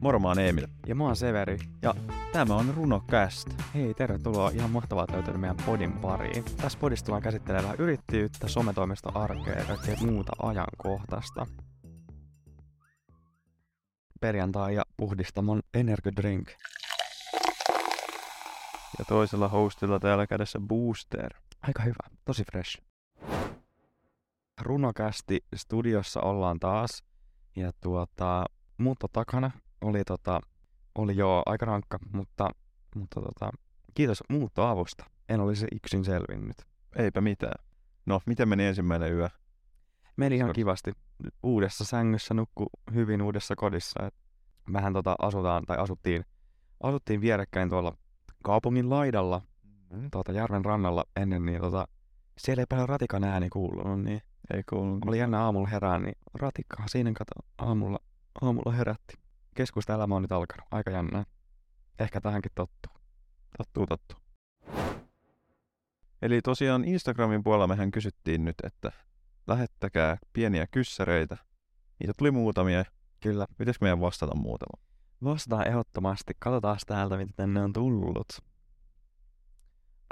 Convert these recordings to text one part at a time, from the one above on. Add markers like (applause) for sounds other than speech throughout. Moro, mä oon Eemil. Mm. Ja mä oon Severi. Ja tämä on Runocast. Hei, tervetuloa. Ihan mahtavaa, että löytynyt meidän podin pariin. Tässä podissa tullaan käsittelemään vähän yrittäjyyttä, sometoimistoarkea ja kaikkea muuta ajankohtaista. Perjantai ja puhdistamon Energy Drink. Ja toisella hostilla täällä kädessä Booster. Aika hyvä, tosi fresh. Runokästi studiossa ollaan taas. Ja tuota, muutto takana oli, tota, oli jo aika rankka, mutta, mutta tota, kiitos muuttoavusta. En olisi yksin selvinnyt. Eipä mitään. No, miten meni ensimmäinen yö? Meni ihan Sor- kivasti. Uudessa sängyssä nukku hyvin uudessa kodissa. Et mehän tota asutaan, tai asuttiin, asuttiin vierekkäin tuolla kaupungin laidalla, Mm. tuota järven rannalla ennen, niin tota, siellä ei paljon ratikan ääni kuulunut, niin Ei kuulunut. oli jännä aamulla herään, niin ratikkaa siinä kato aamulla, aamulla herätti. Keskustaelämä on nyt alkanut, aika jännää. Ehkä tähänkin tottuu. Tattuu, tattu. Eli tosiaan Instagramin puolella mehän kysyttiin nyt, että lähettäkää pieniä kyssäreitä. Niitä tuli muutamia. Kyllä, Pitäis meidän vastata muutama? vastaan ehdottomasti. Katsotaan täältä, mitä tänne on tullut.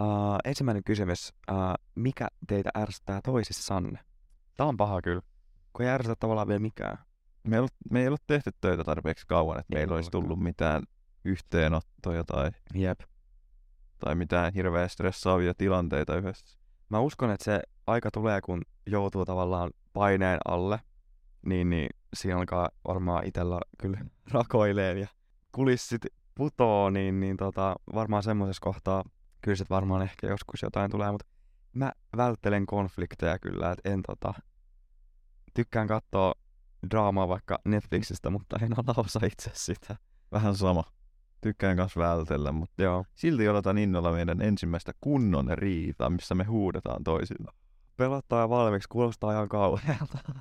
Uh, ensimmäinen kysymys. Uh, mikä teitä ärsyttää toisissanne? Tämä on paha kyllä, kun ei ärsytä tavallaan vielä mikään. Me ei, ole, me ei ole tehty töitä tarpeeksi kauan, että Ei meillä olisi ollakaan. tullut mitään yhteenottoja tai, Jep. tai mitään hirveän stressaavia tilanteita yhdessä. Mä uskon, että se aika tulee, kun joutuu tavallaan paineen alle, niin, niin siinä alkaa varmaan itellä kyllä (laughs) rakoileen ja kulissit putoo, niin, niin tota, varmaan semmoisessa kohtaa kyllä sit varmaan ehkä joskus jotain tulee, mutta mä välttelen konflikteja kyllä, että en tota, tykkään katsoa draamaa vaikka Netflixistä, (laughs) mutta en ala osaa itse sitä. Vähän sama. Tykkään kanssa vältellä, mutta Joo. silti odotan innolla meidän ensimmäistä kunnon riitaa, missä me huudetaan toisille. pelottaa valmiiksi, kuulostaa ihan kauhealta. Kun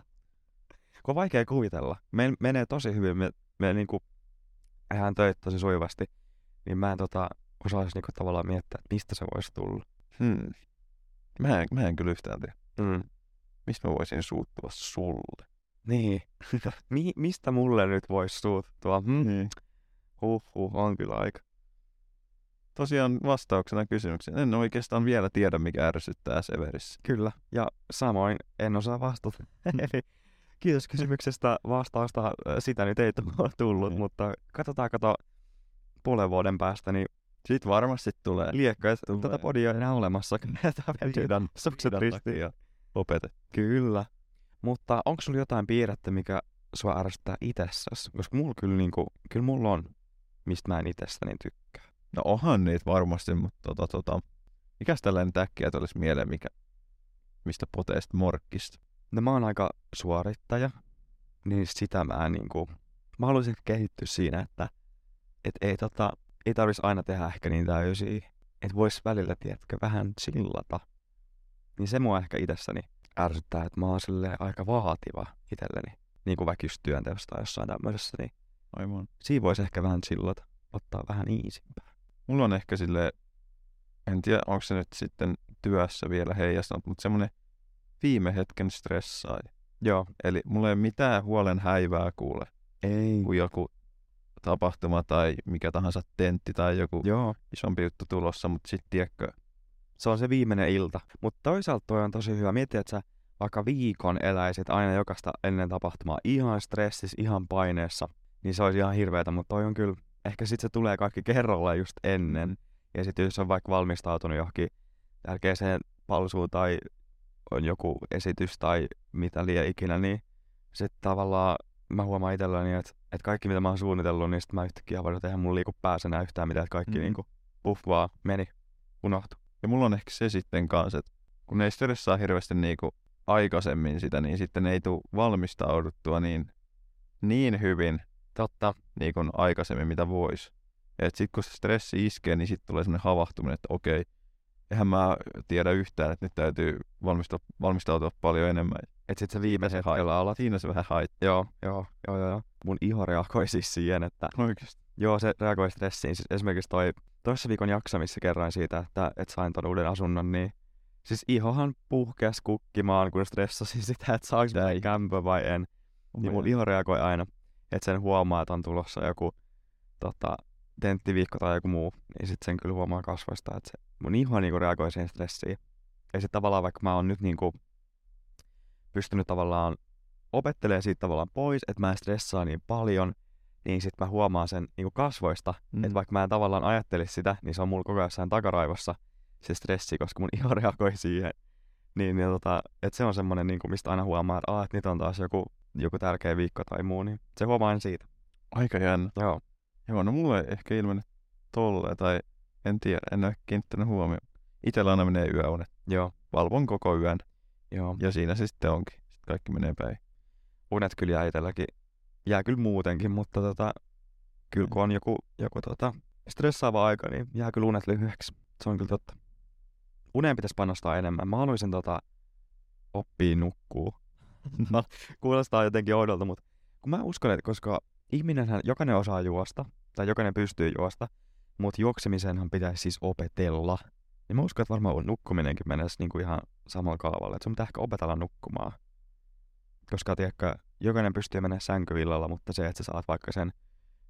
on vaikea kuvitella. Meillä menee tosi hyvin, me, me niinku, eihän töitä tosi sujuvasti, niin mä en tota, osaisi niinku tavallaan miettiä, että mistä se voisi tulla. Hmm. Mä en, mä en kyllä yhtään tiedä. Mm. Mistä mä voisin suuttua sulle? Niin. (laughs) Mi- mistä mulle nyt voisi suuttua? Hmm? Niin. Huhhuh, on kyllä aika. Tosiaan vastauksena kysymykseen. En oikeastaan vielä tiedä, mikä ärsyttää Severissä. Kyllä, ja samoin en osaa vastata. Eli kiitos kysymyksestä, vastausta äh, sitä nyt ei tu- tullut, Niin. mutta katsotaan, kato puolen vuoden päästä, niin Sitten varmasti tulee. liekka, että Tulee. tätä podia ei enää olemassa. (laughs) Tämä meni Sydän, sukset sydän ristiin. takia opetet. Kyllä. Mutta onko sulla jotain piirrettä, mikä sua ärsyttää itsessäsi? Koska mulla kyllä, niinku, kyllä mulla on, mistä mä en itsestäni tykkää. No onhan niitä varmasti, mutta tota, tota, mikäs tällainen täkkiä tulisi mieleen, mikä, mistä poteesta morkkista? No mä oon aika suorittaja, niin sitä mä en niinku, mä haluaisin kehittyä siinä, että et ei tota, ei tarvis aina tehdä ehkä niin täysiä. Että vois välillä, tiedätkö, vähän sillata. Niin se mua ehkä itsessäni ärsyttää, että mä oon silleen aika vaativa itselleni. Niin kuin vaikka just työnteossa tai jossain tämmöisessä, niin Aivan. siinä voisi ehkä vähän sillata. Ottaa vähän iisimpää. Mulla on ehkä sille, en tiedä onko se nyt sitten työssä vielä heijastanut, mutta semmoinen viime hetken stressaaja. Joo. Eli mulla ei ole mitään huolen häivää kuule, Ei. kun joku tapahtuma tai mikä tahansa tentti tai joku Joo. isompi juttu tulossa, mutta sitten tiedätkö, se on se viimeinen ilta. Mutta toisaalta toi on tosi hyvä. Mieti, että sä vaikka viikon eläisit aina jokaista ennen tapahtumaa ihan stressissä, ihan paineessa, niin se olisi ihan hirveetä, mutta toi on kyllä, ehkä sit se tulee kaikki kerralla just ennen. Ja sitten jos on vaikka valmistautunut johonkin tärkeäseen palsuun tai on joku esitys tai mitä liian ikinä, niin sitten tavallaan mä huomaan itselläni, että, että kaikki mitä mä oon suunnitellut, niin sitten mä yhtäkkiä voin tehdä mun liiku päässä enää yhtään mitään, että kaikki Mm. mm. niinku puff vaan meni, unohtui. ja mulla on ehkä se sitten kanssa, että kun ei stressaa hirveästi niinku aikaisemmin sitä, niin sitten ei tule valmistauduttua niin, niin hyvin Totta. niin kuin aikaisemmin, mitä voisi. Et sit kun se stressi iskee, niin sitten tulee semmoinen havahtuminen, että okei, eihän mä tiedä yhtään, että nyt täytyy valmistua, valmistautua paljon enemmän. Et sit se viimeisen hetkellä alat. Siinä se vähän haittaa. Joo, joo, joo, joo, joo. Mun iho reagoi siis siihen, että Oikeasti. joo, se reagoi stressiin. Siis esimerkiksi toi toissa viikon jaksa, missä kerroin siitä, että et sain ton uuden asunnon, niin siis ihohan puhkes kukkimaan, kun stressasin sitä, että Oh Niin saanko mä kämpö vai en. Niin mun iho reagoi aina, että sen huomaa, että on tulossa joku tota, tenttiviikko tai joku muu, niin sitten sen kyllä huomaa kasvoista, että se mun iho niinku reagoi siihen stressiin. Ja sitten tavallaan vaikka mä oon nyt niinku pystynyt tavallaan opettelemaan siitä tavallaan pois, että mä en stressaa niin paljon, niin sitten mä huomaan sen niinku kasvoista, Mm. mm. että vaikka mä en tavallaan ajattelisi sitä, niin se on mulla koko ajan jossain takaraivossa se stressi, koska mun (laughs) iho reagoi siihen. Niin, niin tota, et se on semmonen, niinku, mistä aina huomaa, että, aah, että nyt on taas joku, joku tärkeä viikko tai muu, niin se huomaa aina siitä. Aika jännä. Joo. Joo, no mulle ei ehkä ilmennyt tolleen, tai en tiedä, en ole kiinnittänyt huomioon. Itellä aina menee yöunet. Joo. Valvon koko yön, Joo. ja siinä se sitten onkin. Sitten kaikki menee päin. unet kyllä jää itselläkin, jää kyllä muutenkin, mutta tota, kyllä kun on joku, joku tota, stressaava aika, niin jää kyllä unet lyhyeksi. Se on kyllä totta. Uneen pitäisi panostaa enemmän. Mä haluaisin tota, oppia nukkuu. (laughs) no, kuulostaa jotenkin oudolta, mutta kun mä uskon, että koska ihminenhän jokainen osaa juosta, tai jokainen pystyy juosta, mutta juoksemisenhan pitäisi siis opetella. Ja Niin mä uskon, että varmaan nukkuminenkin menisi niinku ihan samalla kaavalla. Että sun pitää ehkä opetella nukkumaan koska tiedätkö, jokainen pystyy menemään sänkyyn illalla, mutta se, että sä saat vaikka sen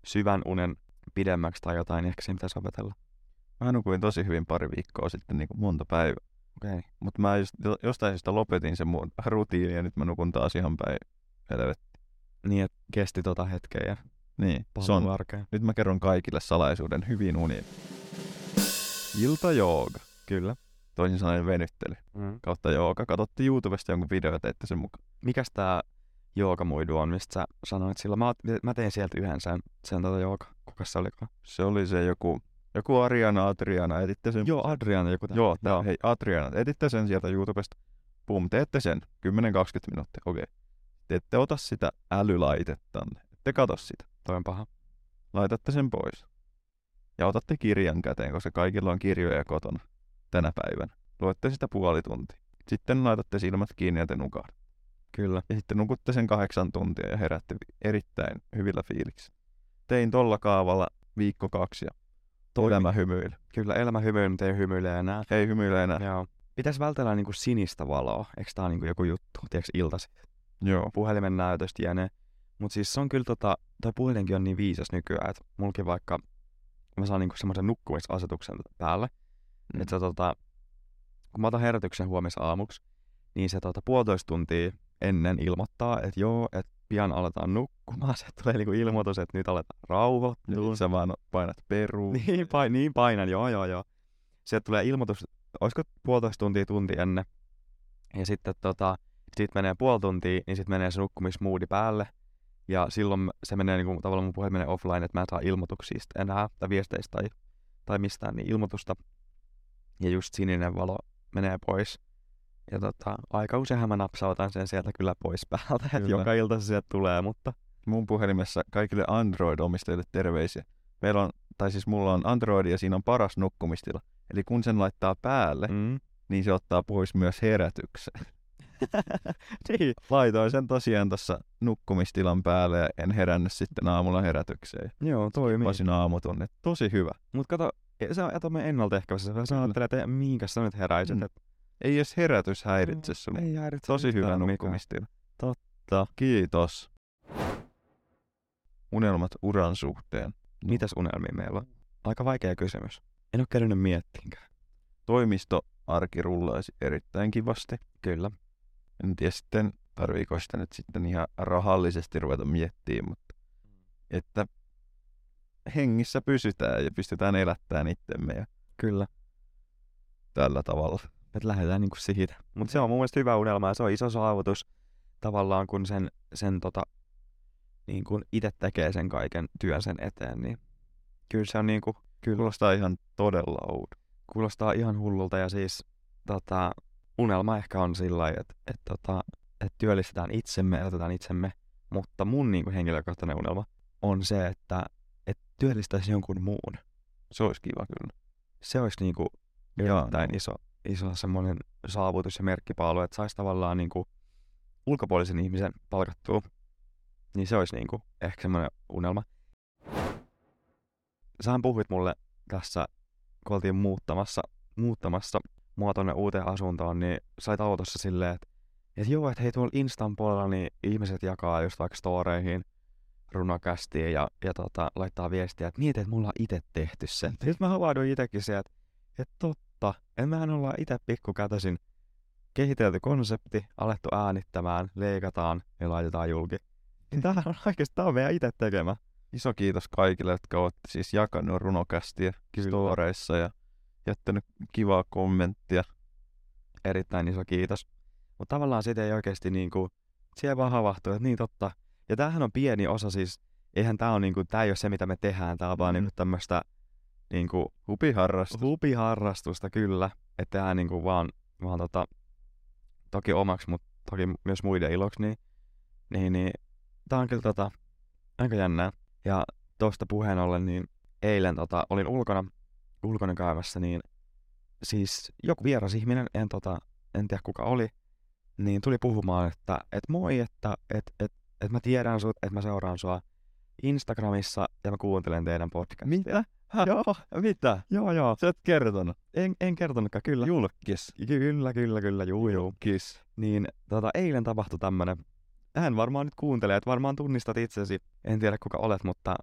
syvän unen pidemmäksi tai jotain, niin ehkä siinä pitäisi opetella. Mä nukuin tosi hyvin pari viikkoa sitten, niin kuin monta päivää. Okei. Okay. Mutta mä just, jo- jostain syystä lopetin sen mun rutiinin, ja nyt mä nukun taas ihan päin. Helvet. Niin, että kesti tota hetkeä ja Niin, se on paluu arkeen. Nyt mä kerron kaikille salaisuuden hyvin uniin. Iltajooga, Kyllä. toisin sanoen venyttely, Mm. kautta jooga. Katsotte YouTubesta jonkun video ja teitte sen mukaan. Mikäs tää joogamuidu on, mistä sä sanoit silloin? Mä, oot- mä tein sieltä yhden sen, sen tota jooga. Kuka se olikaan? Se oli se joku, joku Ariana Adriana, etitte sen. Joo, Adrian joku tää. joo, tää, joo. hei Adriana, etitte sen sieltä YouTubesta. Pum, teette sen, 10-20 minuuttia, okei. Te ette ota sitä älylaitettanne, ette kato sitä. Toi on paha. Laitatte sen pois. Ja otatte kirjan käteen, koska kaikilla on kirjoja kotona tänä päivänä. Luette sitä puoli tuntia. Sitten laitatte silmät kiinni ja te nukaa. Kyllä. ja sitten nukutte sen kahdeksan tuntia ja herätte vi- erittäin hyvillä fiiliksi. Tein tolla kaavalla viikko kaksi ja Toimi. elämä hymyili. Kyllä, elämä hymyilee, mutta ei hymyile enää. Ei hymyile enää. Joo. Pitäisi vältellä niinku sinistä valoa. Eikö tää ole niinku joku juttu? Tiedätkö, iltasi? Joo. puhelimen näytöstä jne. Mutta siis se on kyllä tota, toi puhelinkin on niin viisas nykyään, että mulkin vaikka mä saan niinku semmoisen nukkumisasetuksen tota päälle, Mm. mm. että tota, kun mä otan herätyksen huomissa aamuksi, niin se tota, puolitoista tuntia ennen ilmoittaa, että joo, että pian aletaan nukkumaan, (laughs) se tulee niinku ilmoitus, että nyt aletaan rauhoittua. Joo. Sä vaan painat peruun. Niin, pain, niin painan, joo joo joo. Sieltä tulee ilmoitus, olisiko puolitoista tuntia tunti ennen. Ja sitten tota, sit menee puoli tuntia, niin sitten menee se nukkumismoodi päälle. Ja silloin se menee niinku, tavallaan mun puhelin menee offline, että mä en saa ilmoituksia sit enää, tai viesteistä tai, tai mistään, niin ilmoitusta. Ja just sininen valo menee pois. Ja tota, aika useinhan mä napsautan sen sieltä kyllä pois päältä, että Kyllä. joka ilta se sieltä tulee, mutta Mun puhelimessa kaikille Android-omistajille terveisiä. Meillä on, tai siis mulla on Android ja siinä on paras nukkumistila. Eli kun sen laittaa päälle, mm. mm. niin se ottaa pois myös herätyksen. (laughs) niin. Laitoin sen tosiaan tuossa nukkumistilan päälle ja en herännyt sitten aamulla herätykseen. Joo, toimii. Vasin aamutunnit. Tosi hyvä. Mut kato, e- sä jätät me ennaltaehkäisyssä. Sä Kyllä. ajattelet, että minkä sä nyt heräisit. Mm. Mm. Ei edes herätys häiritse sun Ei häiritse. Tosi yhtään hyvä mitään. nukkumistila. Totta. Kiitos. Unelmat uran suhteen. Mitäs unelmia meillä on? Aika vaikea kysymys. En oo käynyt miettiinkään. Toimistoarki rullaisi erittäin kivasti. Kyllä. En tiedä sitten, tarviiko sitä nyt sitten ihan rahallisesti ruveta miettimään, mutta että hengissä pysytään ja pystytään elättämään itsemme ja Kyllä. tällä tavalla. Et lähdetään niinku siitä. Mut se on mun mielestä hyvä unelma ja se on iso saavutus tavallaan, kun sen, sen tota, niin kun itse tekee sen kaiken työn sen eteen, niin kyllä se on niinku, kyllä Kuulostaa ihan todella oudo. kuulostaa ihan hullulta ja siis tota, unelma ehkä on sillä lailla, että et, tota, et työllistetään itsemme, elätetään itsemme, mutta mun niin henkilökohtainen unelma on se, että et työllistäisi jonkun muun. Se olisi kiva kyllä. Se olisi niin kuin Jaa, erittäin iso, iso semmoinen saavutus ja merkkipaalu, että saisi tavallaan niin kuin ulkopuolisen ihmisen palkattua. Niin se olisi niin kuin ehkä semmoinen unelma. Sähän puhuit mulle tässä, kun oltiin muuttamassa, muuttamassa mua tonne uuteen asuntoon, niin sait autossa silleen, että et joo, että hei tuolla Instan puolella niin ihmiset jakaa just vaikka storeihin runokästiä ja, ja tota, laittaa viestiä, että mietit, että mulla on itse tehty sen. Nyt mä havahduin itsekin se, että, että totta, en mehän olla itse pikkukätösin kehitelty konsepti, alettu äänittämään, leikataan ja laitetaan julki. Niin tämähän on (laughs) oikeasti, tää on meidän itse tekemä. Iso kiitos kaikille, jotka olette siis jakanut runokästiä Kyllä. storeissa ja jättänyt kivaa kommenttia. Erittäin iso kiitos. Mutta tavallaan sitä ei oikeasti niinku, siellä vaan havahtuu, että niin totta. Ja tämähän on pieni osa siis, eihän tää on niinku, tää ei ole se mitä me tehdään, tää on vaan Mm. niinku tämmöstä niinku Hupiharrastus. Hupiharrastusta kyllä, että tehdään niinku vaan, vaan tota, toki omaksi, mutta toki myös muiden iloksi, niin, niin, niin tää on kyllä tota, aika jännää. Ja tosta puheen ollen, niin eilen tota, olin ulkona, ulkona käymässä, niin siis joku vieras ihminen, en, tota, en tiedä kuka oli, niin tuli puhumaan, että et moi, että et, et, et mä tiedän sut, että mä seuraan sua Instagramissa ja mä kuuntelen teidän podcastia. Mitä? Häh? Joo, Mitä? joo, joo. Sä oot kertonut. En, en kertonutkaan, kyllä. Julkis. Kyllä, kyllä, kyllä, juu, juu. Kiss. Niin, tota, eilen tapahtui tämmönen. Hän varmaan nyt kuuntelee, että varmaan tunnistat itsesi. En tiedä, kuka olet, mutta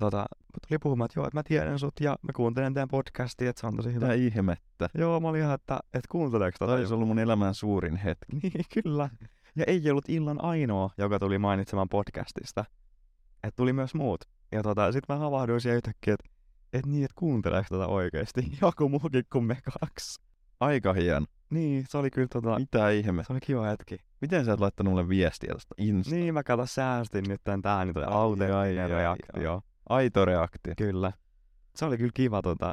tota, tuli puhumaan, että joo, että mä tiedän sut ja mä kuuntelen teidän podcastia, että se on tosi hyvä. Mitä ihmettä? Joo, mä olin ihan, että, että kuunteleeko Tämä tota? olisi ollut mun elämän suurin (laughs) hetki. Niin, kyllä. Ja ei ollut illan ainoa, joka tuli mainitsemaan podcastista. Et tuli myös muut. Ja tota, sit mä havahduin siellä yhtäkkiä, että et niin, että kuunteleeko tätä oikeesti (laughs) joku muukin kuin me kaksi. Aika hieno. Niin, se oli kyllä tota, Mitä ihme? se oli kiva hetki. Miten sä et laittanut mulle viestiä tästä Insta? Niin, mä kato säästin nyt tän tää, niin toi Ai, ai, autenttinen ai, reaktio. Aito reaktio. Kyllä. Se oli kyllä kiva tota,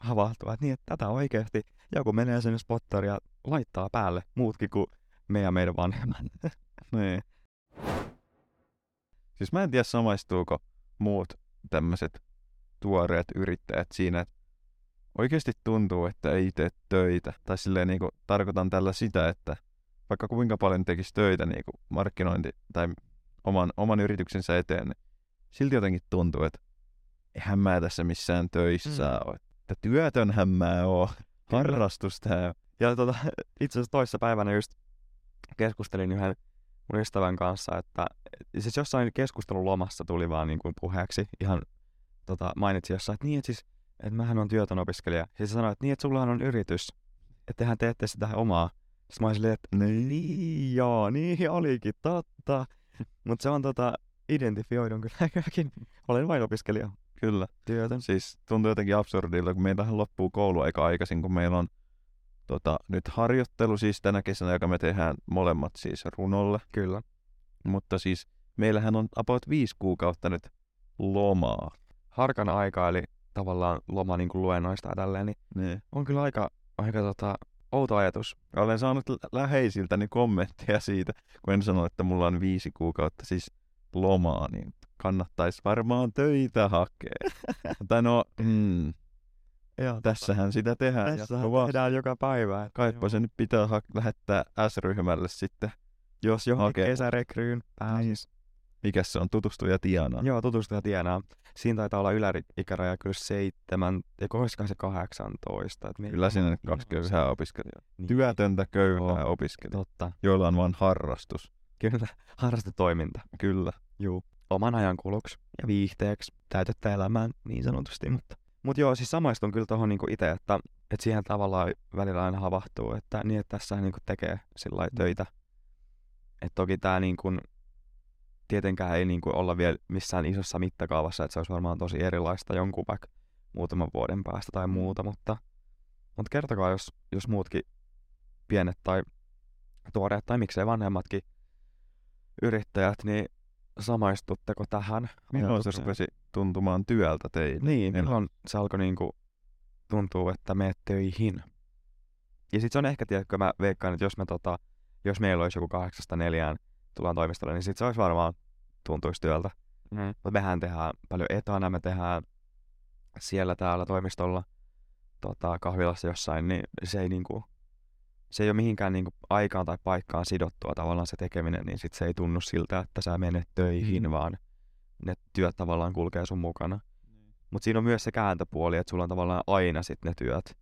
havahtua, että niin, että tätä oikeesti joku menee sinne spottari ja laittaa päälle muutkin kuin me ja meidän vanhemmat. (laughs) Niin. Siis mä en tiedä samaistuuko muut tämmöiset tuoreet yrittäjät siinä, että oikeasti tuntuu, että ei tee töitä. Tai silleen niin kuin, tarkoitan tällä sitä, että vaikka kuinka paljon tekisi töitä niin kuin markkinointi tai oman, oman yrityksensä eteen, niin silti jotenkin tuntuu, että eihän mä tässä missään töissä mm. ole. Että työtönhän mä oon. Harrastus tää on. Ja tota, (laughs) itse asiassa toissa päivänä just keskustelin yhden mun ystävän kanssa, että siis jossain keskustelun lomassa tuli vaan niin kuin puheeksi, ihan tota, mainitsi jossain, että niin, että siis, että mähän on työtön opiskelija. Ja se sanoi, että niin, että sullahan on yritys, että tehän teette sitä omaa. Sitten mä olin silleen, että niin joo, niin olikin, totta. Mutta se on tota, identifioidun kyllä (laughs) kylläkin. Olen vain opiskelija. Kyllä. Työtön. Siis tuntuu jotenkin absurdilta, kun meiltähän loppuu koulu aika aikaisin, kun meillä on tota, nyt harjoittelu siis tänä kesänä, joka me tehdään molemmat siis runolle. Kyllä. Mutta siis meillähän on about viisi kuukautta nyt lomaa. Harkan aika, eli tavallaan loma niin kuin luennoista ja tälleen, niin Niin. on kyllä aika, aika tota, outo ajatus. Olen saanut lä- läheisiltäni kommentteja siitä, kun en sano, että mulla on viisi kuukautta siis lomaa, niin kannattaisi varmaan (laughs) töitä hakea. tai no, mm, Joo, tässähän sitä tehdään. tässä jatkuvasti. tehdään joka päivä. että Kaipa joo. se nyt pitää ha- lähettää S-ryhmälle sitten. Jos johonkin Okei. okay. kesärekryyn pääsis. Mikäs se on? Tutustuja tienaa. Niin, Joo, tutustuja tienaa. Siinä taitaa olla yläikäraja kyllä seitsemän, ja koska se 18. Että me- Kyllä sinne nyt kaksi niin. Joo. köyhää opiskelijaa. Niin, Työtöntä köyhää Joo. opiskelijaa, Totta, joilla on vain harrastus. kyllä. (laughs) Harrastetoiminta. Kyllä. Juu. Oman ajan kuluksi ja viihteeksi täytettä elämään niin sanotusti, mutta... Mut joo, siis samaistun kyllä tohon niinku itse, että, että siihen tavallaan välillä aina havahtuu, että niin, että tässä niinku tekee sillä lailla töitä. Et toki tää niinku, tietenkään ei niinku olla vielä missään isossa mittakaavassa, että se olisi varmaan tosi erilaista jonkun vaikka muutaman vuoden päästä tai muuta, mutta, mutta kertokaa, jos, jos muutkin pienet tai tuoreet tai miksei vanhemmatkin yrittäjät, niin samaistutteko tähän? Milloin se ajatukseen? rupesi tuntumaan työltä teille? Niin, Niin. milloin se alkoi niinku tuntuu, että meet töihin. Ja sit se on ehkä, tiedätkö, mä veikkaan, että jos, me tota, jos meillä olisi joku kahdeksasta neljään tullaan toimistolle, niin sit se olisi varmaan tuntuisi työltä. Mm. Mutta mehän tehdään paljon etänä, me tehdään siellä täällä toimistolla tota, kahvilassa jossain, niin se ei niinku, se ei ole mihinkään niinku aikaan tai paikkaan sidottua tavallaan se tekeminen, niin sit se ei tunnu siltä, että sä menet töihin, vaan ne työt tavallaan kulkee sun mukana. Mutta siinä on myös se kääntöpuoli, että sulla on tavallaan aina sit ne työt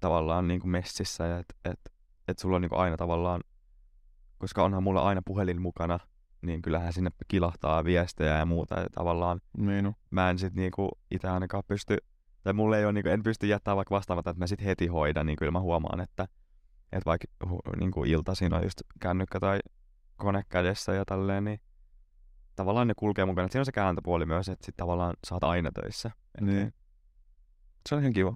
tavallaan niinku messissä, ja et, et, et sulla on niinku aina tavallaan, koska onhan mulla aina puhelin mukana, niin kyllähän sinne kilahtaa viestejä ja muuta. Ja tavallaan Niin on. mä en sit niinku itse ainakaan pysty, tai mulle ei ole, niinku, en pysty jättää vaikka vastaamatta, että mä sit heti hoidan, niin kyllä mä huomaan, että, että vaikka hu, niinku iltaisin on just kännykkä tai kone kädessä ja tälleen, niin tavallaan ne kulkee mukana. Siinä on se kääntöpuoli myös, että sit tavallaan saat aina töissä. Niin. Se on ihan kiva.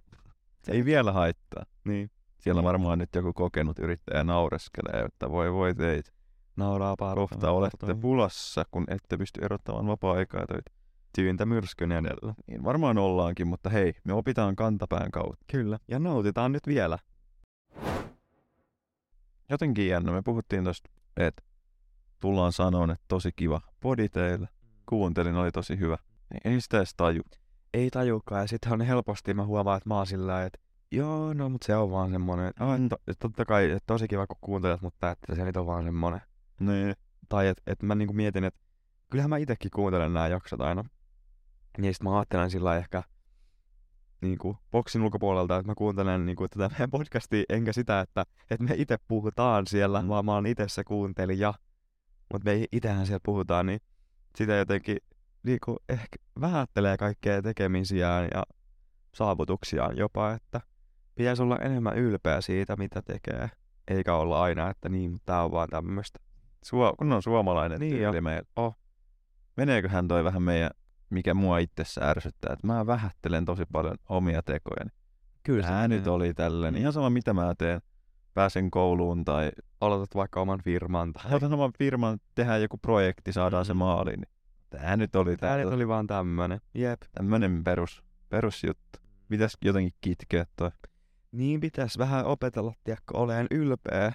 Se ei vielä haittaa. Niin. Siellä varmaan nyt joku kokenut yrittäjä naureskelee, että voi voi teitä. Nauraa paarua. Kohta olette pulassa, kun ette pysty erottamaan vapaa-aikaa ja töitä. tyyntä myrskyn edellä. Niin varmaan ollaankin, mutta hei, me opitaan kantapään kautta. Kyllä. Ja nautitaan nyt vielä. Jotenkin jännä, me puhuttiin tosta, että tullaan sanoon, että tosi kiva podi teillä. Kuuntelin, oli tosi hyvä. Niin Ei, ei sitä edes taju. Ei tajukaan. Ja sitten on helposti, mä huomaan, että mä oon sillä lailla, että joo, no mut se on vaan semmonen. Että, ah, to, että totta kai, että tosi kiva kun kuuntelet, mutta että se nyt on vaan semmonen. Niin. Tai että et mä niinku mietin, että kyllähän mä itekin kuuntelen nämä jaksot aina. Ja sit mä ajattelen sillä lailla ehkä niinku boksin ulkopuolelta, että mä kuuntelen niinku tätä meidän podcastia, enkä sitä, että et me itse puhutaan siellä, vaan mä oon itse se kuuntelija. Mutta me ei itehän siellä puhutaan, niin sitä jotenkin niinku ehkä vähättelee kaikkea tekemisiään ja saavutuksiaan jopa, että pitäisi olla enemmän ylpeä siitä, mitä tekee. Eikä olla aina, että niin, mutta tää on vaan tämmöstä. Suo, kun on suomalainen Niin niin jo. tyyli meillä. Oh. Meneeköhän toi vähän meidän, mikä mua itsessä ärsyttää, että mä vähättelen tosi paljon omia tekoja. Kyllä Tää nyt oli tällainen. Ihan sama mitä mä teen. Pääsen kouluun tai aloitat vaikka oman firman tai otan oman firman, tehdään joku projekti, saadaan se maaliin. niin Tää nyt oli Mm-hmm. tää nyt tällainen. oli vaan tämmönen. Jep. tämmönen perus, perusjuttu. Pitäis jotenkin kitkeä toi. Niin pitäis vähän opetella, tiedätkö, oleen ylpeä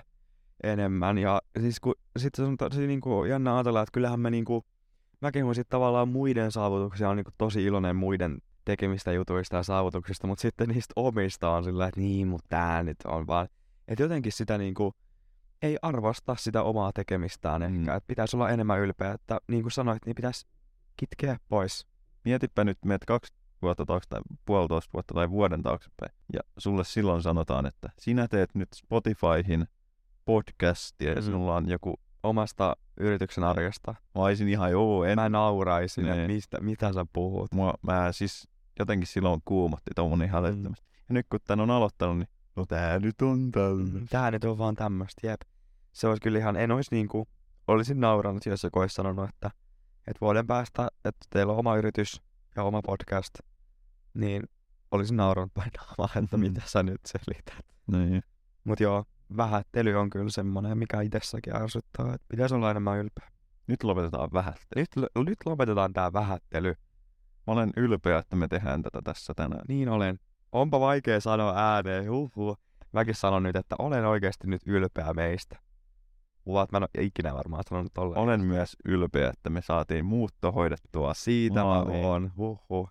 enemmän. Ja siis kun, sit se on tosi niinku jännä ajatella, että kyllähän me niinku, mäkin huomasin että tavallaan muiden saavutuksia on niinku tosi iloinen muiden tekemistä jutuista ja saavutuksista, mutta sitten niistä omista on sillä, että niin, mutta tää nyt on vaan. Että jotenkin sitä niinku, ei arvosta sitä omaa tekemistään Mm. ehkä. Mm. Että pitäisi olla enemmän ylpeä, että niin kuin sanoit, niin pitäisi kitkeä pois. Mietipä nyt, meet kaksi vuotta taakse tai puolitoista vuotta tai vuoden taaksepäin. Ja sulle silloin sanotaan, että sinä teet nyt Spotifyhin podcastia ja Mm. sinulla on joku, Omasta yrityksen arjesta. mä olisin ihan joo, en mä nauraisin, Niin. että mistä, mitä sä puhut. mua, mä siis jotenkin silloin kuumotti tommonen ihan mm. Ja nyt kun tän on aloittanut, niin no tää nyt on tällainen. Tää nyt on vaan tämmöstä, jep. Se olisi kyllä ihan, en olisi niinku, olisin nauranut, jos joku olisi sanonut, että, että vuoden päästä, että teillä on oma yritys ja oma podcast, niin olisin nauranut päin naamaa, että Mm. mitä sä nyt selität. Niin. Mut joo, vähättely on kyllä semmonen, mikä itsessäkin ärsyttää, että pitäisi olla enemmän ylpeä. Nyt lopetetaan vähättely. Nyt, l- nyt lopetetaan tää vähättely. Mä olen ylpeä, että me tehdään tätä tässä tänään. Niin olen. Onpa vaikea sanoa ääneen, huhu. Mäkin sanon nyt, että olen oikeasti nyt ylpeä meistä. Luulen, että mä en ole ikinä varmaan sanonut tolleen. Olen myös ylpeä, että me saatiin muutto hoidettua Siitä mä maaliin. oon, huhu.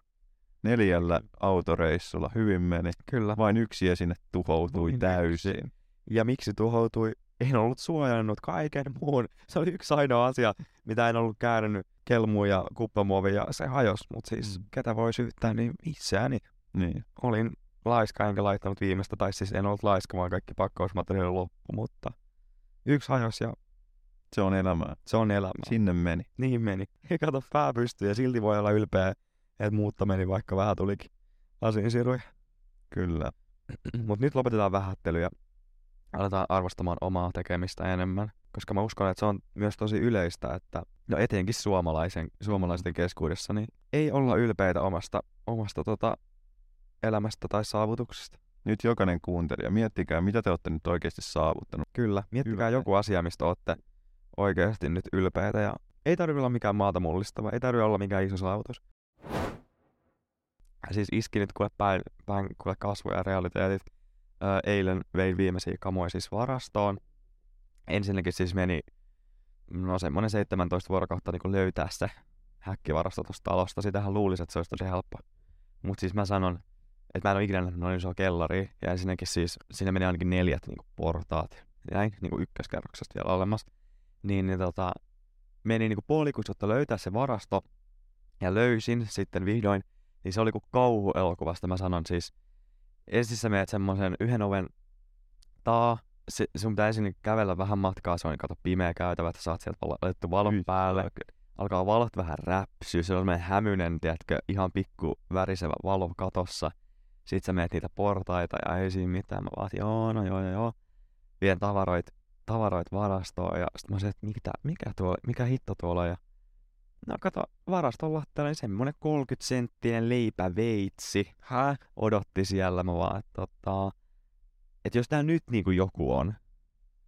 neljällä autoreissulla. Hyvin meni. Kyllä. Vain yksi esine tuhoutui Vain täysin. Ja miksi tuhoutui? En ollut suojannut kaiken muun. Se oli yksi ainoa asia, mitä en ollut käärnyt kelmuun ja kuppamuovin ja se hajos. Mut siis Mm. ketä voi syyttää, niin itseäni. Niin. Olin laiska enkä laittanut viimeistä, tai siis en ollut laiska, vaan kaikki pakkausmateriaali loppu, mutta yksi hajos ja Se on elämää. se on elämä. Sinne meni. Niin meni. (laughs) Ei kato pää pystyy ja silti voi olla ylpeä, että muutta meni vaikka vähän tulikin lasinsiruja. (clears throat) Kyllä. Mutta nyt lopetetaan vähättely ja aletaan arvostamaan omaa tekemistä enemmän. Koska mä uskon, että se on myös tosi yleistä, että no etenkin suomalaisen, suomalaisten keskuudessa, niin ei olla ylpeitä omasta, omasta tota, elämästä tai saavutuksesta. Nyt jokainen kuuntelija, miettikää, mitä te olette nyt oikeasti saavuttanut. Kyllä, miettikää Hyvä. joku asia, mistä olette oikeasti nyt ylpeitä. Ja ei tarvitse olla mikään maata mullistava, ei tarvitse olla mikään iso saavutus. Siis iski nyt kuule päin, päin kuule kasvoja realiteetit. Öö, eilen vein viimeisiä kamoja siis varastoon. Ensinnäkin siis meni no semmonen 17 vuorokautta niin löytää se häkkivarasto tuosta talosta. Sitähän luulisi, että se olisi tosi helppo. Mut siis mä sanon, että mä en ole ikinä nähnyt noin isoa kellaria. Ja ensinnäkin siis, siinä meni ainakin neljät niin portaat näin, niin kuin ykköskerroksesta vielä olemassa, niin, niin tota, meni niin kuin puolikuisuutta löytää se varasto, ja löysin sitten vihdoin, niin se oli kuin kauhuelokuvasta, mä sanon siis, ensin sä menet semmoisen yhden oven taa, se, sun pitää ensin kävellä vähän matkaa, se on kato pimeä käytävä, että saat sieltä val- laitettu valon päälle. Alkaa valot vähän räpsyä, se on semmoinen hämynen, tiedätkö, ihan pikku värisevä valo katossa. Sitten sä meet niitä portaita ja ei siinä mitään. Mä vaan, että joo, no joo, joo, joo. Vien tavaroit, tavaroit varastoon ja sitten mä sanoin, että mitä, mikä, tuo, mikä hitto tuolla on? ja No kato, varastolla tällainen semmonen 30 senttinen leipäveitsi. Hä? Odotti siellä mä vaan, että tota, että jos tää nyt niinku joku on,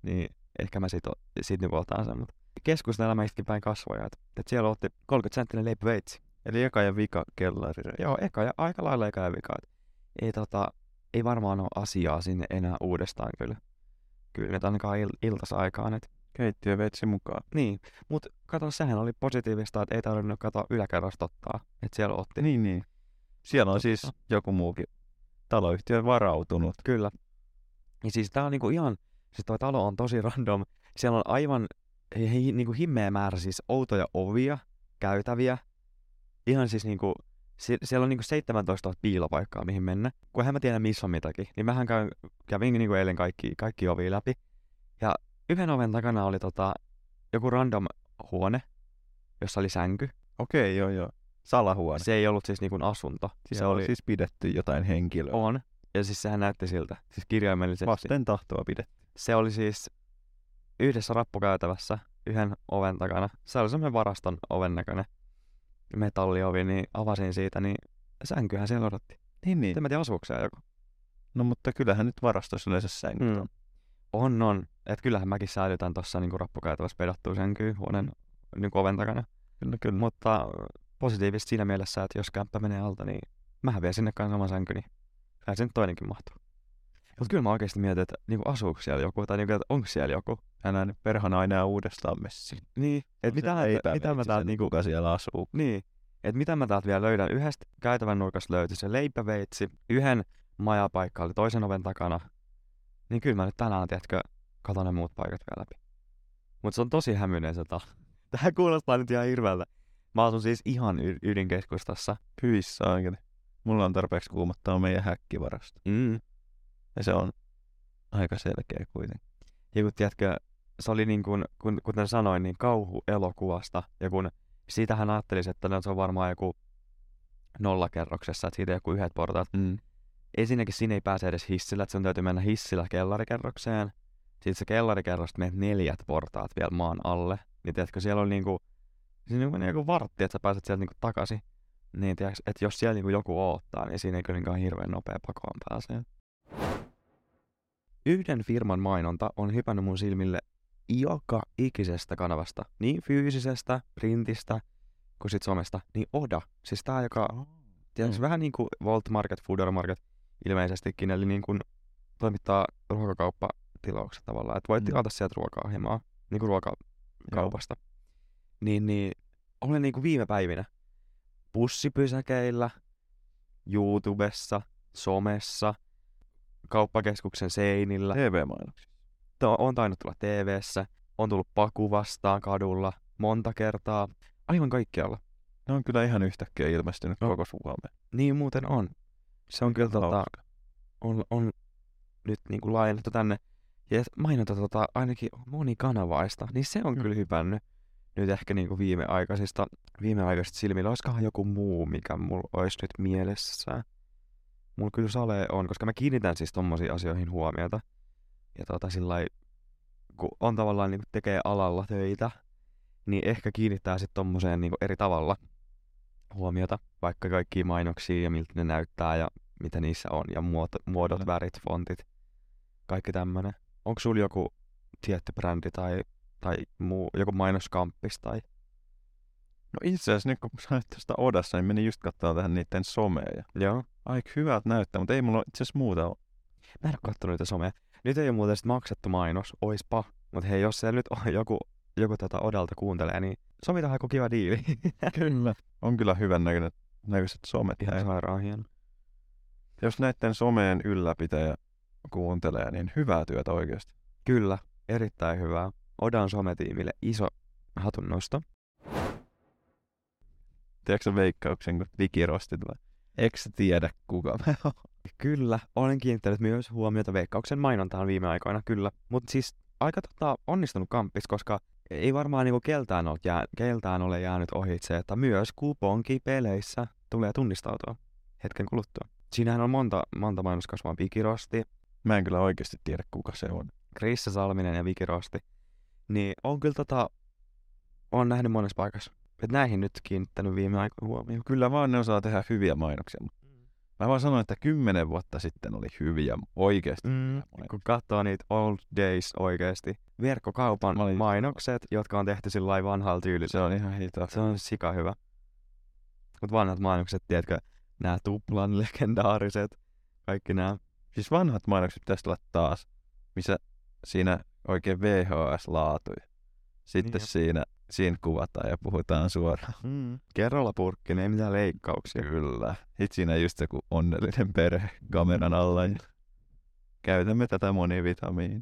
niin ehkä mä sit, o- sit niinku otan sen. Mut keskustan elämäistäkin päin kasvoja, että et siellä otti 30 senttinen leipäveitsi. Eli eka ja vika kellari. Joo, eka ja aika lailla eka ja vika. Et ei, tota, ei varmaan ole asiaa sinne enää uudestaan kyllä. Kyllä, että ainakaan il- iltasaikaan. Et, Keittiö veitsi mukaan. niin, mutta kato, sehän oli positiivista, että ei tarvinnut kato yläkerrasta ottaa. Että siellä otti. Niin, niin. Siellä on Totta. siis joku muukin taloyhtiö varautunut. Kyllä. Ja siis tää on niinku ihan, siis toi talo on tosi (laughs) random. Siellä on aivan hi, hi, niinku himmeä määrä siis outoja ovia, käytäviä. Ihan siis niinku, sie- siellä on niinku 17 000 piilopaikkaa, mihin mennä. Kun en mä tiedä missä on mitäkin, niin mähän käyn, kävin niinku eilen kaikki, kaikki ovi läpi. Ja yhden oven takana oli tota, joku random huone, jossa oli sänky. Okei, joo, joo. Salahuone. Se ei ollut siis niinku asunto. se Siellä oli, on siis pidetty jotain henkilöä. on. Ja siis sehän näytti siltä, siis kirjaimellisesti. Vasten tahtoa pidetty. Se oli siis yhdessä rappukäytävässä yhden oven takana. Se oli semmoinen varaston oven näköinen metalliovi, niin avasin siitä, niin sänkyhän siellä odotti. Niin, niin. En mä tiedä, asuuko siellä joku. No mutta kyllähän nyt varastossa yleensä sänkyt Mm. on. On, on. Et kyllähän mäkin säilytän tuossa niinku rappukäytävässä pedottua sänkyyn huoneen niinku oven takana. Kyllä, kyllä. Mutta positiivisesti siinä mielessä, että jos kämppä menee alta, niin mähän vien sinne kanssa oman sänkyni. Kyllä sen toinenkin mahtuu. Mutta kyllä mä oikeasti mietin, että niinku asuuko siellä joku tai niinku, että onko siellä joku. Älä nyt perhana enää uudestaan messille. Niin, että mitä, ei mitä, tää siis mitä mä veitsi täältä sen, niinku Kuka siellä asuu? Niin. Et mitä mä täältä vielä löydän? Yhdestä käytävän nurkasta löytyi se leipäveitsi, yhden majapaikka oli toisen oven takana. Niin kyllä mä nyt tänään, tiedätkö, katon ne muut paikat vielä läpi. Mut se on tosi hämyinen se talo. (laughs) Tää kuulostaa nyt ihan hirveältä. Mä asun siis ihan y- ydinkeskustassa. Hyissä oikein. Mulla on tarpeeksi kuumottaa meidän häkkivarasto. Mm. Ja se on aika selkeä kuitenkin. Ja kun tiedätkö, se oli niin kuin, kun, kuten sanoin, niin kauhu elokuvasta. Ja kun siitähän ajattelisi, että no se on varmaan joku nollakerroksessa, että siitä joku yhdet portaat Mm. ensinnäkin sinne ei pääse edes hissillä, että sun täytyy mennä hissillä kellarikerrokseen. Sitten se kellarikerrosta menet neljät portaat vielä maan alle. Niin tiedätkö, siellä on niinku, siinä on joku vartti, että sä pääset sieltä niinku takaisin. Niin tiedätkö, että jos siellä niinku joku oottaa, niin siinä ei kylläkään hirveän nopea pakoon pääse. Yhden firman mainonta on hypännyt mun silmille joka ikisestä kanavasta, niin fyysisestä, printistä kuin sit somesta, niin Oda. Siis tää, joka tiedätkö, Mm. vähän niin kuin Volt Market, Foodor Market ilmeisestikin, eli niin kuin toimittaa ruokakauppatilaukset tavallaan, että voit Mm. tilata sieltä ruokaa hieman, niin kuin ruokakaupasta. Niin, niin olen niin kuin viime päivinä bussipysäkeillä, YouTubessa, somessa, kauppakeskuksen seinillä, TV-mainoksia. Tää on- on tainnut tulla TV:ssä, on tullut paku vastaan kadulla monta kertaa, aivan kaikkialla. Ne on kyllä ihan yhtäkkiä ilmestynyt No. koko Suomeen. Niin muuten on. Se on kyllä tota, Hauska. on, on nyt niinku laajennettu tänne. Ja mainonta tota, ainakin monikanavaista, niin se on Mm. kyllä hypännyt nyt ehkä niinku viimeaikaisista, viimeaikaisista silmillä. Olisikohan joku muu, mikä mulla olisi nyt mielessä? Mulla kyllä sale on, koska mä kiinnitän siis tommosiin asioihin huomiota. Ja tota sillai, kun on tavallaan niinku tekee alalla töitä, niin ehkä kiinnittää sitten tommoseen niinku eri tavalla huomiota, vaikka kaikki mainoksia ja miltä ne näyttää ja mitä niissä on ja muoto, muodot, Kyllä. värit, fontit, kaikki tämmönen. Onko sulla joku tietty brändi tai, tai muu, joku mainoskamppis tai... No itse asiassa nyt kun sanoit tuosta Odassa, niin menin just katsomaan tähän niiden somea. Ja Joo. aika hyvältä näyttää, mutta ei mulla itse asiassa muuta ole. Mä en oo kattonut niitä somea. Nyt ei ole muuten sit maksettu mainos, oispa. Mut hei, jos siellä nyt on joku, joku tätä odalta kuuntelee, niin sovitaan joku kiva diili. (laughs) Kyllä. On kyllä hyvän näköiset, näköiset somet. Ihan näin. sairaan hieno. Jos näiden someen ylläpitäjä kuuntelee, niin hyvää työtä oikeasti. Kyllä, erittäin hyvää. Odan sometiimille iso hatunnosto. Tiedätkö sä veikkauksen, kun digirostit vai? Eikö sä tiedä, kuka mä oon? Kyllä, olen kiinnittänyt myös huomiota veikkauksen mainontaan viime aikoina, kyllä. Mutta siis aika tota, onnistunut kampis, koska ei varmaan niinku keltään, ole jää, keltään ole jäänyt ohitse, että myös kuponki peleissä tulee tunnistautua hetken kuluttua. Siinähän on monta, monta mainoskasvaa pikirosti, Mä en kyllä oikeasti tiedä, kuka se on. Krissa Salminen ja Viki Rosti, niin on kyllä tota, on nähnyt monessa paikassa. Et näihin nyt kiinnittänyt viime aikoina huomioon. Kyllä vaan ne osaa tehdä hyviä mainoksia. mut Mä vaan sanoin, että kymmenen vuotta sitten oli hyviä, oikeasti. Mm, Monet. kun katsoo niitä old days oikeesti. Verkkokaupan Mä olin- mainokset, jotka on tehty sillä lailla vanhalla tyylillä. Se on ihan hitaasti. Se on sika hyvä. Mut vanhat mainokset, tiedätkö, nämä tuplan (laughs) legendaariset, kaikki nämä. Siis vanhat mainokset pitäisi olla taas, missä siinä oikein VHS-laatuja. Sitten Niin jo. siinä, siinä kuvataan ja puhutaan suoraan. Mm. Kerralla purkki, ne ei mitään leikkauksia. Kyllä. Sitten siinä just joku onnellinen perhe kameran alla. Ja käytämme tätä monivitamiini.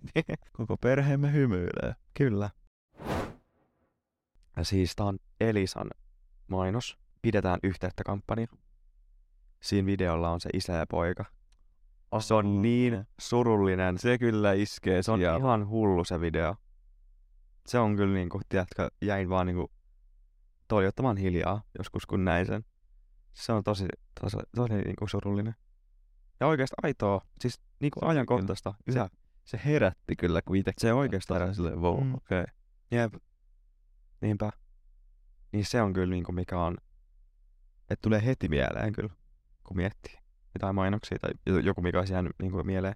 (laughs) Koko perheemme hymyilee. Kyllä. Ja siis tää on Elisan mainos. Pidetään yhteyttä kampanja. Siinä videolla on se isä ja poika. Se on niin surullinen. Se kyllä iskee. Se on siellä. ihan hullu se video. Se on kyllä niinku, tiedätkö, jäin vaan niinku toivottamaan hiljaa joskus kun näin sen. Se on tosi, tosi, tosi niinku surullinen. Ja oikeasti aitoa, siis niinku Se on ajankohtaista. Se- Isä. Se herätti kyllä, kun itse Se oikeastaan Täällä silleen, wow, Mm. mm. okei. Okay. Jep. Niinpä. Niin se on kyllä niinku mikä on, että tulee heti mieleen kyllä, kun miettii jotain mainoksia tai jo- joku mikä olisi jäänyt niinku mieleen.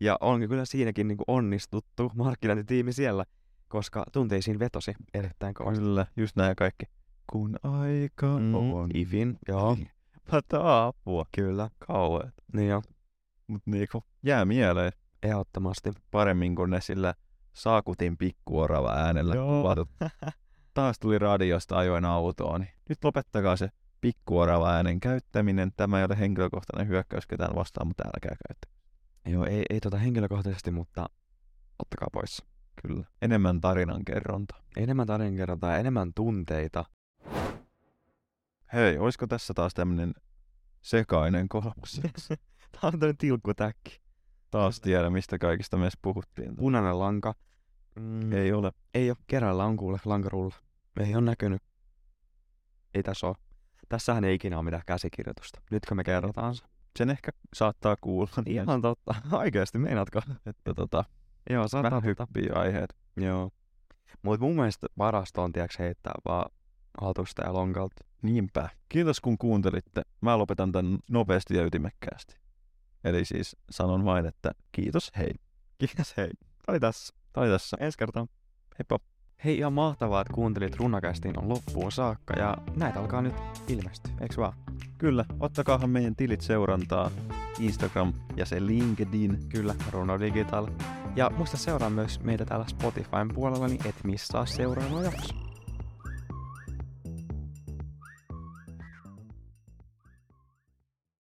Ja on kyllä siinäkin niinku onnistuttu markkinointitiimi siellä, koska tunteisiin vetosi erittäin kovasti. Kyllä, just nämä kaikki. Kun aika mm. on. Ivin, joo, Pataa apua. kyllä. Kauheet. Niin joo, Mut niinku jää mieleen ehdottomasti. paremmin kuin ne sillä saakutin pikkuorava äänellä Joo. kuvatut. (laughs) Taas tuli radiosta ajoin autoon. niin Nyt lopettakaa se pikkuorava äänen käyttäminen. Tämä ei ole henkilökohtainen hyökkäys ketään vastaan, mutta älkää käyttäkö. Joo, ei, ei tota henkilökohtaisesti, mutta ottakaa pois. Kyllä. Enemmän tarinankerronta. Enemmän tarinankerrontaa, enemmän tunteita. Hei, olisiko tässä taas tämmönen (laughs) sekainen kolmas? Tää on tämmönen tilkkutäkki. Taas tiedä, mistä kaikista me edes puhuttiin. Punainen lanka. Mm. Ei ole. Ei ole kerralla on kuule lankarulla. Ei ole näkynyt. Ei tässä ole. Tässähän ei ikinä ole mitään käsikirjoitusta. Nytkö me kerrotaan se? Sen ehkä saattaa kuulla. Niin, Ihan totta. (laughs) Oikeasti, meinaatko? että tota, Joo, vähän saattaa hyppää. hyppii aiheet. Joo. Mutta mun mielestä parasta on tiiäks heittää vaan hatusta ja lonkalta. Niinpä. Kiitos kun kuuntelitte. Mä lopetan tämän nopeasti ja ytimekkäästi. Eli siis sanon vain, että kiitos, hei. Kiitos hei. Tää oli tässä. Tai tässä. Ensi kertaa. Heippa. Hei, ihan mahtavaa, että kuuntelit runakästin on loppuun saakka ja näitä alkaa nyt ilmestyä, eiks vaan? Kyllä, ottakaahan meidän tilit seurantaa. Instagram ja se LinkedIn. Kyllä, Runo Digital. Ja muista seuraa myös meitä täällä Spotifyn puolella, niin et missaa seuraava jakso.